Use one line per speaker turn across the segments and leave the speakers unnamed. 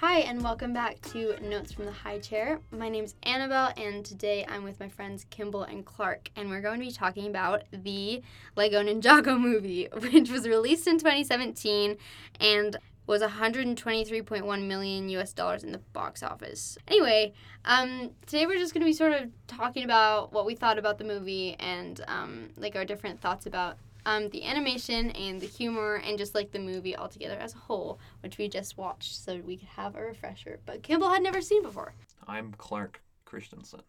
Hi, and welcome back to Notes from the High Chair. My name's Annabelle, and today I'm with my friends Kimball and Clark, and we're going to be talking about the Lego Ninjago movie, which was released in 2017 and was 123.1 million US dollars in the box office. Anyway, um, today we're just going to be sort of talking about what we thought about the movie and um, like our different thoughts about um, the animation and the humor and just like the movie altogether as a whole, which we just watched so we could have a refresher. But Kimball had never seen before.
I'm Clark Christensen.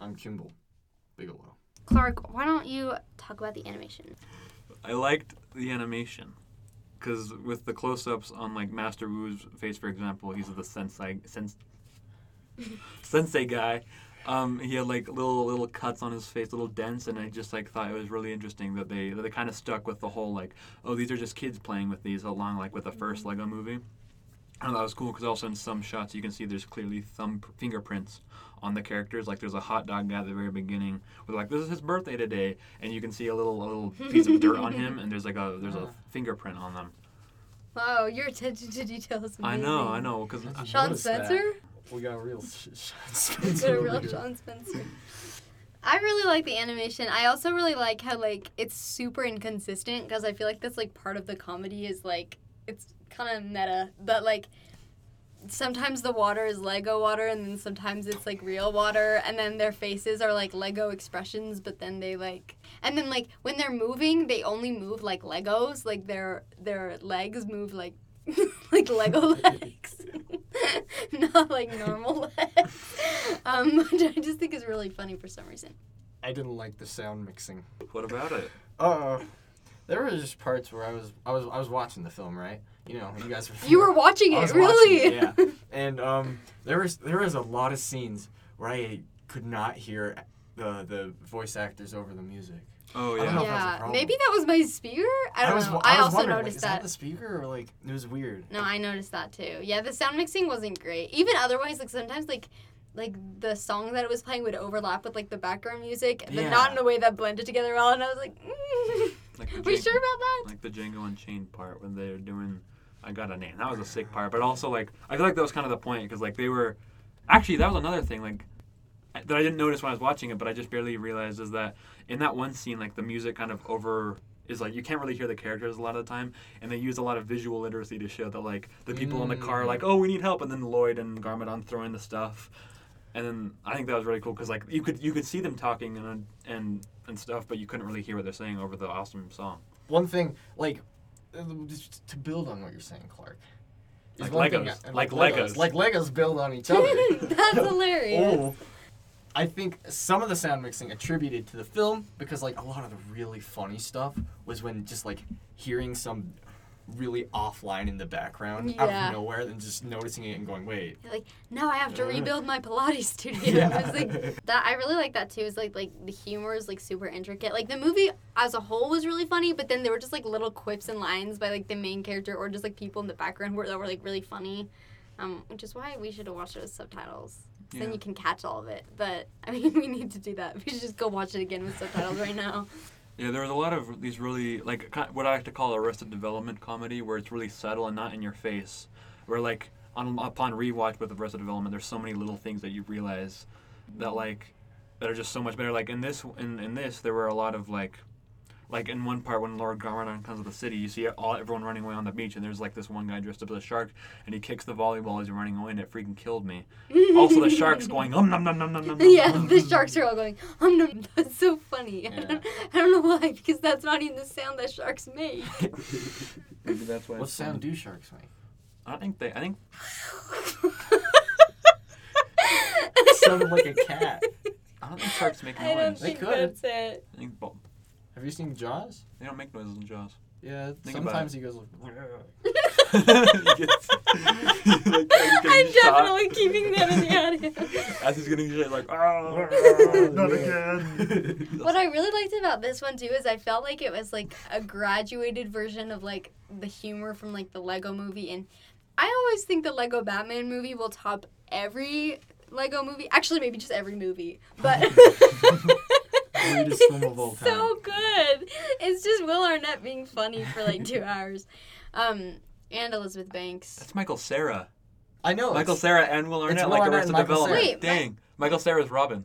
I'm Kimball Bigelow.
Clark, why don't you talk about the animation?
I liked the animation because with the close-ups on like Master Wu's face, for example, he's the sensei sens- sensei guy. Um, he had like little little cuts on his face, little dents, and I just like thought it was really interesting that they that they kind of stuck with the whole like, oh, these are just kids playing with these along like with the first Lego movie. And that was cool because also in some shots you can see there's clearly thumb fingerprints on the characters. Like there's a hot dog guy at the very beginning with like this is his birthday today, and you can see a little a little piece of dirt on him, and there's like a there's a fingerprint on them.
Wow, your attention to detail is amazing.
I know, I know, because
Sean Spencer?
We got a real sh- Sean
Is
Spencer.
it a real
over here.
Sean Spencer? I really like the animation. I also really like how like it's super inconsistent because I feel like that's like part of the comedy is like it's kind of meta, but like sometimes the water is Lego water and then sometimes it's like real water and then their faces are like Lego expressions, but then they like and then like when they're moving, they only move like Legos, like their their legs move like like Lego legs. Not like normal legs. Um, which I just think is really funny for some reason.
I didn't like the sound mixing.
What about it?
Uh, there were just parts where I was, I was, I was watching the film, right? You know, you guys were.
You were watching
I
it,
was
really?
watching it, yeah. And um, there was there was a lot of scenes where I could not hear the the voice actors over the music.
Oh
I don't
yeah.
know if that's a
Yeah,
problem.
maybe that was my spear. I don't
was,
know.
wa-
I,
was
also
wondering, like,
noticed
is
that.
the speaker or like it was weird.
No, I noticed that too. Yeah, the sound mixing wasn't great. Even otherwise, like sometimes like like the song that it was playing would overlap with like the background music, but not
Yeah.
in a way that blended together well. And I was like, mm,
Like the
we
Jan-
sure about that?
like the Django Unchained part when they're doing I got a name. That was a sick part, but also like I feel like that was kind of the point because like they were actually that was another thing like I- that I didn't notice when I was watching it, but I just barely realized is that in that one scene like the music kind of over is like you can't really hear the characters a lot of the time, and they use a lot of visual literacy to show that like the people in the car are like oh we need help, and then Lloyd and Garmadon throwing the stuff. And then I think that was really cool because like you could you could see them talking and and and stuff, but you couldn't really hear what they're saying over the awesome song.
One thing, like, uh, just to build on what you're saying, Clark. is
Like
one
Legos.
and,
Like Legos.
Like Legos build on each other.
That's hilarious.
Or, I think some of the sound mixing attributed to the film because like a lot of the really funny stuff was when just like hearing some really offline in the background out
Yeah.
of nowhere and just noticing it and going wait
You're like now I have to
Uh.
rebuild my Pilates studio.
Yeah.
It's like that. I really like that too. Is like like the humor is like super intricate. Like the movie as a whole was really funny, but then there were just like little quips and lines by like the main character or just like people in the background were, that were like really funny. Um, which is why we should have watched it with subtitles. 'cause Then
Yeah.
you can catch all of it. But I mean, we need to do that. We should just go watch it again with subtitles right now.
Yeah, there was a lot of these really like ki- what I like to call arrested development comedy, where it's really subtle and not in your face. Where like on upon rewatch with arrested development, there's so many little things that you realize that like that are just so much better. Like in this in in this, there were a lot of like like in one part when Lord Garmadon comes to the city, you see all everyone running away on the beach, and there's like this one guy dressed up as a shark, and he kicks the volleyball as he's running away, and it freaking killed me. also, the shark's going um nom nom nom nom nom. nom,
yeah,
nom,
the
nom."
sharks are all going. Um, nom. That's so funny. I,
Yeah.
don't, I don't know why because that's not even the sound that sharks make.
Maybe that's why.
what
it's
sound
funny.
do sharks make
I think they. I think
sounded like a cat
I don't think sharks make
I
noise.
don't
They
think
could.
that's it.
I think bo-
have you seen jaws
they don't make noises in Jaws.
yeah
Think about
sometimes he goes like
I'm definitely keeping that in the audio.
As he's getting shit like, ah,
not
again.
What I really liked about this one too is I felt like it was like a graduated version of like the humor from like the Lego movie and I always think the Lego Batman movie will top every Lego movie. Actually maybe just every movie. But
Weirdest film of all
it's so good. It's just Will Arnett being funny for like two hours. Um and Elizabeth Banks.
That's Michael Sarah.
I know.
Michael
it's-
Sarah and Will
it's
Arnett,
Will
like
Arnett
Arrested
and Michael
Development.
Cera. Wait,
Dang, Michael Sarah's Robin.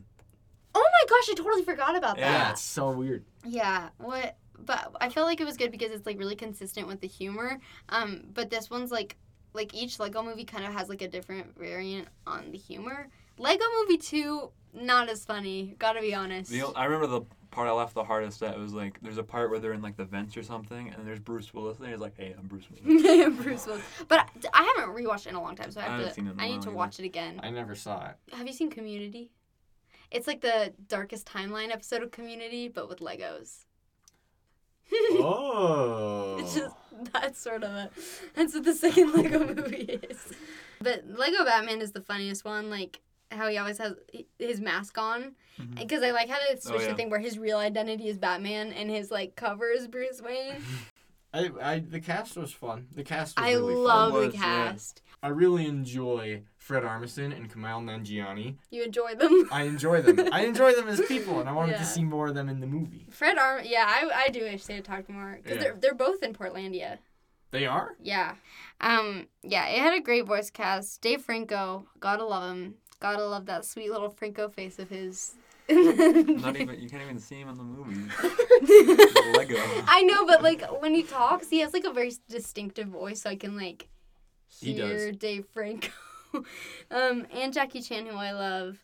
Oh my gosh, I totally forgot about
Yeah.
Yeah,
that.
it's so weird.
Yeah, what? But I felt like it was good because it's like really consistent with the humor. Um, but this one's like, like each Lego movie kind of has like a different variant on the humor. Lego Movie Two, not as funny. Gotta be honest.
The, I remember the part I laughed the hardest at was like there's a part where they're in like the vents or something, and there's Bruce Willis, and he's like, "Hey, I'm Bruce Willis."
Bruce Willis. But I haven't rewatched it in a long time, so I
I
have
haven't
to.
seen it in a
I need
while
to
either.
watch it again.
I never saw it.
Have you seen Community? It's like the darkest timeline episode of Community, but with Legos.
Oh.
It's just that's sort of it. That's what the second Lego movie is. But Lego Batman is the funniest one. Like how he always has h- his mask on,
Mm-hmm.
Mhm.
because I like how
Oh,
they switched
yeah.
the thing where his real identity is Batman and his like cover is Bruce Wayne.
I, I, the cast was fun. The cast was
I
really
love
fun.
Was,
the
yeah.
cast.
I really enjoy Fred Armisen and Kamal Nanjiani.
You enjoy them.
I enjoy them. I enjoy them as people, and I wanted
Yeah.
to see more of them in the movie.
Fred Arm, yeah, I, I do wish they had talked more because
Yeah.
they're they're both in Portlandia.
They are?
Yeah. Um, yeah, it had a great voice cast. Dave Franco, gotta love him. Gotta love that sweet little Franco face of his.
Not even you can't even see him in the movie. Lego.
I know, but like when he talks, he has like a very distinctive voice, so I can like
He does.
hear Dave Franco. um, and Jackie Chan, who I love,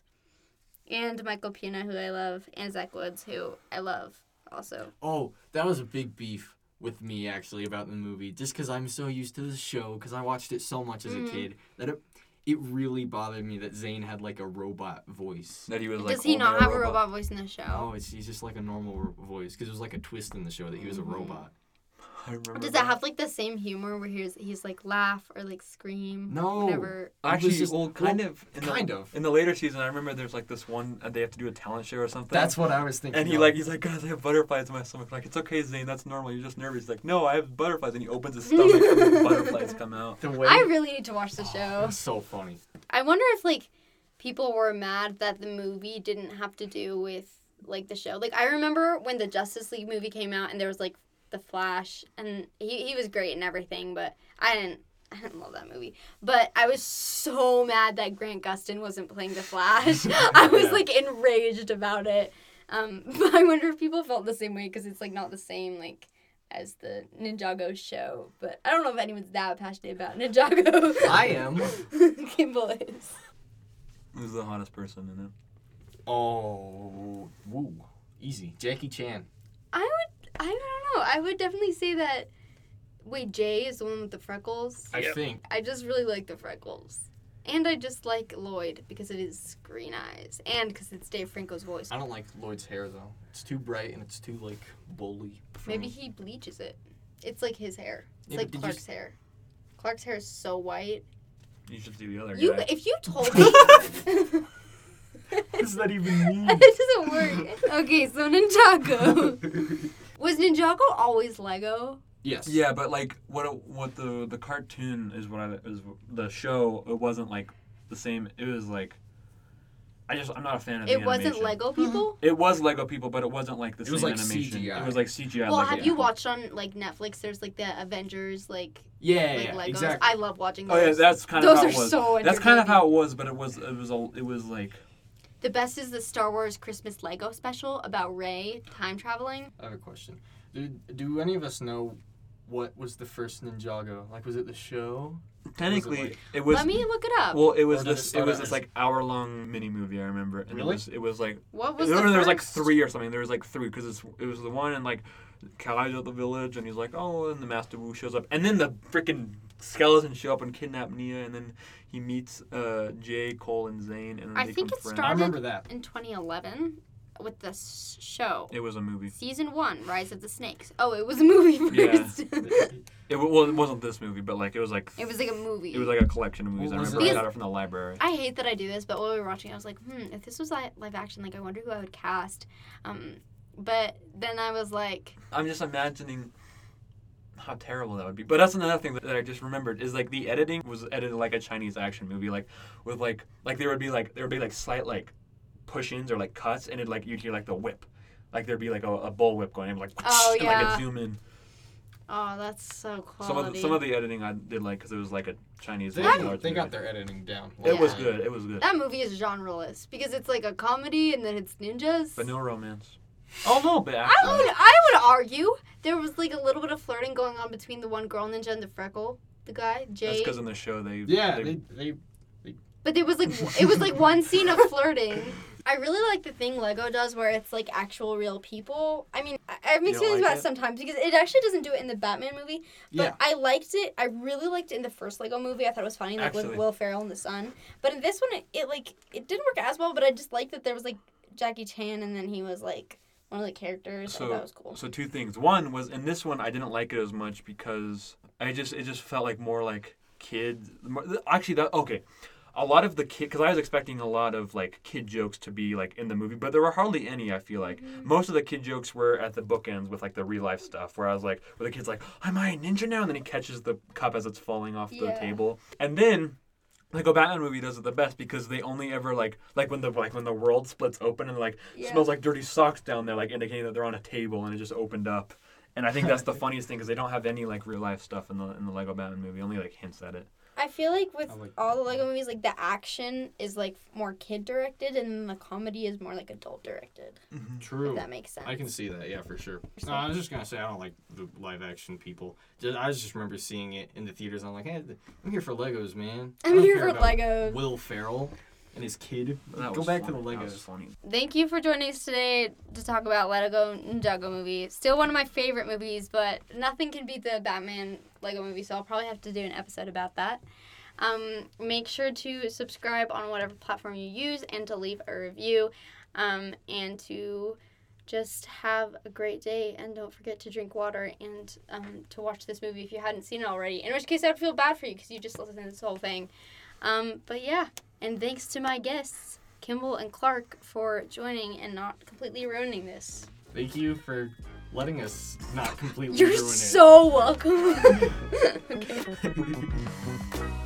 and Michael Pena, who I love, and Zach Woods, who I love also.
Oh, that was a big beef with me actually about the movie, just because I'm so used to the show, because I watched it so much as
Mhm.
a kid that it, it really bothered me that Zayn had like a robot voice.
That he was like.
Does he
old
not
man
have a robot voice in the show?
Oh, it's he's just like a normal ro- voice, because it was like a twist in the show that he was a
Mhm.
robot.
I remember
Does that have like the same humor where he's he's like laugh or like scream?
No.
Whenever
It was
Actually,
just-
well, kind of. In
kind
the,
of.
In the later season, I remember there's like this one uh, they have to do a talent show or something.
That's what I was thinking.
And he
of.
like he's like, guys, I have butterflies in my stomach. Like it's okay, Zane, that's normal. You're just nervous. He's like, no, I have butterflies. And he opens his stomach, and the butterflies come out.
the way
I really need to watch the
It
show.
was so funny.
I wonder if like people were mad that the movie didn't have to do with like the show. Like I remember when the Justice League movie came out and there was like the Flash and he, he was great and everything, but I didn't I didn't love that movie. But I was so mad that Grant Gustin wasn't playing the Flash. I was
Yeah.
like enraged about it. Um, but I wonder if people felt the same way because it's like not the same like as the Ninjago show. But I don't know if anyone's that passionate about Ninjago.
I am.
Kimball is.
Who's the hottest person in it?
Oh, woo, easy. Jackie Chan.
I would. I don't know. I would definitely say that. Wait, Jay is the one with the freckles.
I
Yep.
think
I just really like the freckles, and I just like Lloyd because of his green eyes, and because it's Dave Franco's voice.
I don't like Lloyd's hair though. It's too bright and it's too like bully. for
Maybe
me.
he bleaches it. It's like his hair. It's
Yeah,
like
but did you
Clark's hair. Clark's hair is so white.
You should see the other
You,
guy.
if you told me.
What does that even mean?
it doesn't work. Okay, so Ninjago. Was Ninjago always Lego?
yes.
Yeah, but like what it- what the the cartoon is what I is the show. It wasn't like the same. It was like I just I'm not a fan of.
It
the
wasn't
animation.
Lego people?
It was Lego people, but it wasn't like the
It
same
was like
animation.
CGI.
It was like CGI.
Well,
Lego
have you
people.
watched on like Netflix? There's like the Avengers, like
Yeah.
like
yeah,
Legos.
exactly.
I love watching
Oh
those.
yeah, that's kind
those
of how
are
it was.
so.
that's kind of
entertaining.
how it was, but it was it was a, it was like
The best is the Star Wars Christmas Lego special about Ray time traveling.
I have a question. Do, do any of us know what was the first Ninjago? Like, was it the show?
technically
like?
it was.
Let me look it up.
well, it was
Or did it
this. It,
start
was
out
this
as-
like hour long mini movie. I remember. And It
Really?
was, it was like
what
I
was
remember
the
there was like
first?
three or something. There was like three because it's it was the one in like Kai's at the village, and he's like, oh, and the Master Wu shows up, and then the freaking skeletons show up and kidnap Nia, and then he meets uh, Jay, Cole, and Zane, and then
I
they
think
become
it
friends.
started-
I remember that.
in 2011 with the s- show.
It was a movie.
Season one, Rise of the Snakes. Oh, it was a movie
Yeah.
first.
It wa- well, it wasn't this movie, but like it was like
it was like a movie.
it was like a collection of movies.
What
I
was
remember I
it?
got it from the library.
I hate that I do this, but while we were watching, I was like, hmm, if this was li- live action, like I wonder who I would cast. Um, but then I was like,
I'm just imagining how terrible that would be. But that's another thing that I just remembered is like the editing was edited like a Chinese action movie, like with like like there would be like there would be like slight like push-ins or like cuts, and it like you'd hear like the whip, like there'd be like a, a bull whip going, and like
Oh,
and, like
yeah.
a zoom in.
Oh, that's so
Some of,
quality.
the, some of the editing I did like because it was like a Chinese.
They,
martial
got,
arts
they got
movie.
their editing down.
It was
Yeah.
good. It was good.
that movie is genreless because it's like a comedy and then it's ninjas.
But no romance. Oh no, but
I
actually,
would I would argue there was like a little bit of flirting going on between the one girl ninja and the freckle, the guy
that's
Jay.
because in the show they.
Yeah,
they-
they, they
But there was like w- it was like one scene of flirting. I really like the thing Lego does where it's like actual real people. I mean, I I have mixed
You don't
feelings
like
about it
it?
sometimes because it actually doesn't do it in the Batman movie. But
yeah.
I liked it. I really liked it in the first Lego movie. I thought it was funny, like with
Actually-
Will Ferrell and the son. But in this one, it, it like it didn't work as well. But I just liked that there was like Jackie Chan, and then he was like one of the characters. So, I thought
So-
it was cool.
So two things. One was in this one I didn't like it as much because I just it just felt like more like kids. more- Actually, that okay. A lot of the kid because I was expecting a lot of like kid jokes to be like in the movie, but there were hardly any. I feel like
Mm-hmm.
most of the kid jokes were at the bookends with like the real life stuff, where I was like, where the kid's like, "Am I a ninja now?" and then he catches the cup as it's falling off the
Yeah.
table, and then. Like a Batman movie does it the best because they only ever like like when the like when the world splits open and like
Yeah.
smells like dirty socks down there, like indicating that they're on a table and it just opened up. And I think that's the funniest thing because they don't have any like real life stuff in the in the Lego Batman movie. Only like hints at it.
I feel like with
I like-
all the Lego movies, like the action is like more kid directed, and then the comedy is more like adult directed. If
True.
that makes sense.
I can see that, yeah, for sure.
Just
No,
like-
I was just gonna say I don't like the live action people. Just, I just remember seeing it in the theaters. I'm like, hey, th- I'm here for Legos, man. I
I'm
don't
here
care
for
about
Legos.
Will Ferrell and his kid.
That
Go
was
back to
funny.
the
That was
Legos.
funny.
Thank you for joining us today to talk about Let It Go Ninjago movie. Still one of my favorite movies, but nothing can beat the Batman Lego movie, so I'll probably have to do an episode about that. Um, make sure to subscribe on whatever platform you use and to leave a review um, and to just have a great day and don't forget to drink water and um, to watch this movie if you hadn't seen it already. In which case, I'd feel bad for you because you just listened to this whole thing. Um, but yeah, and thanks to my guests. Kimball and Clark for joining and not completely ruining this.
Thank you for letting us not completely
You're
ruin it.
so welcome. okay.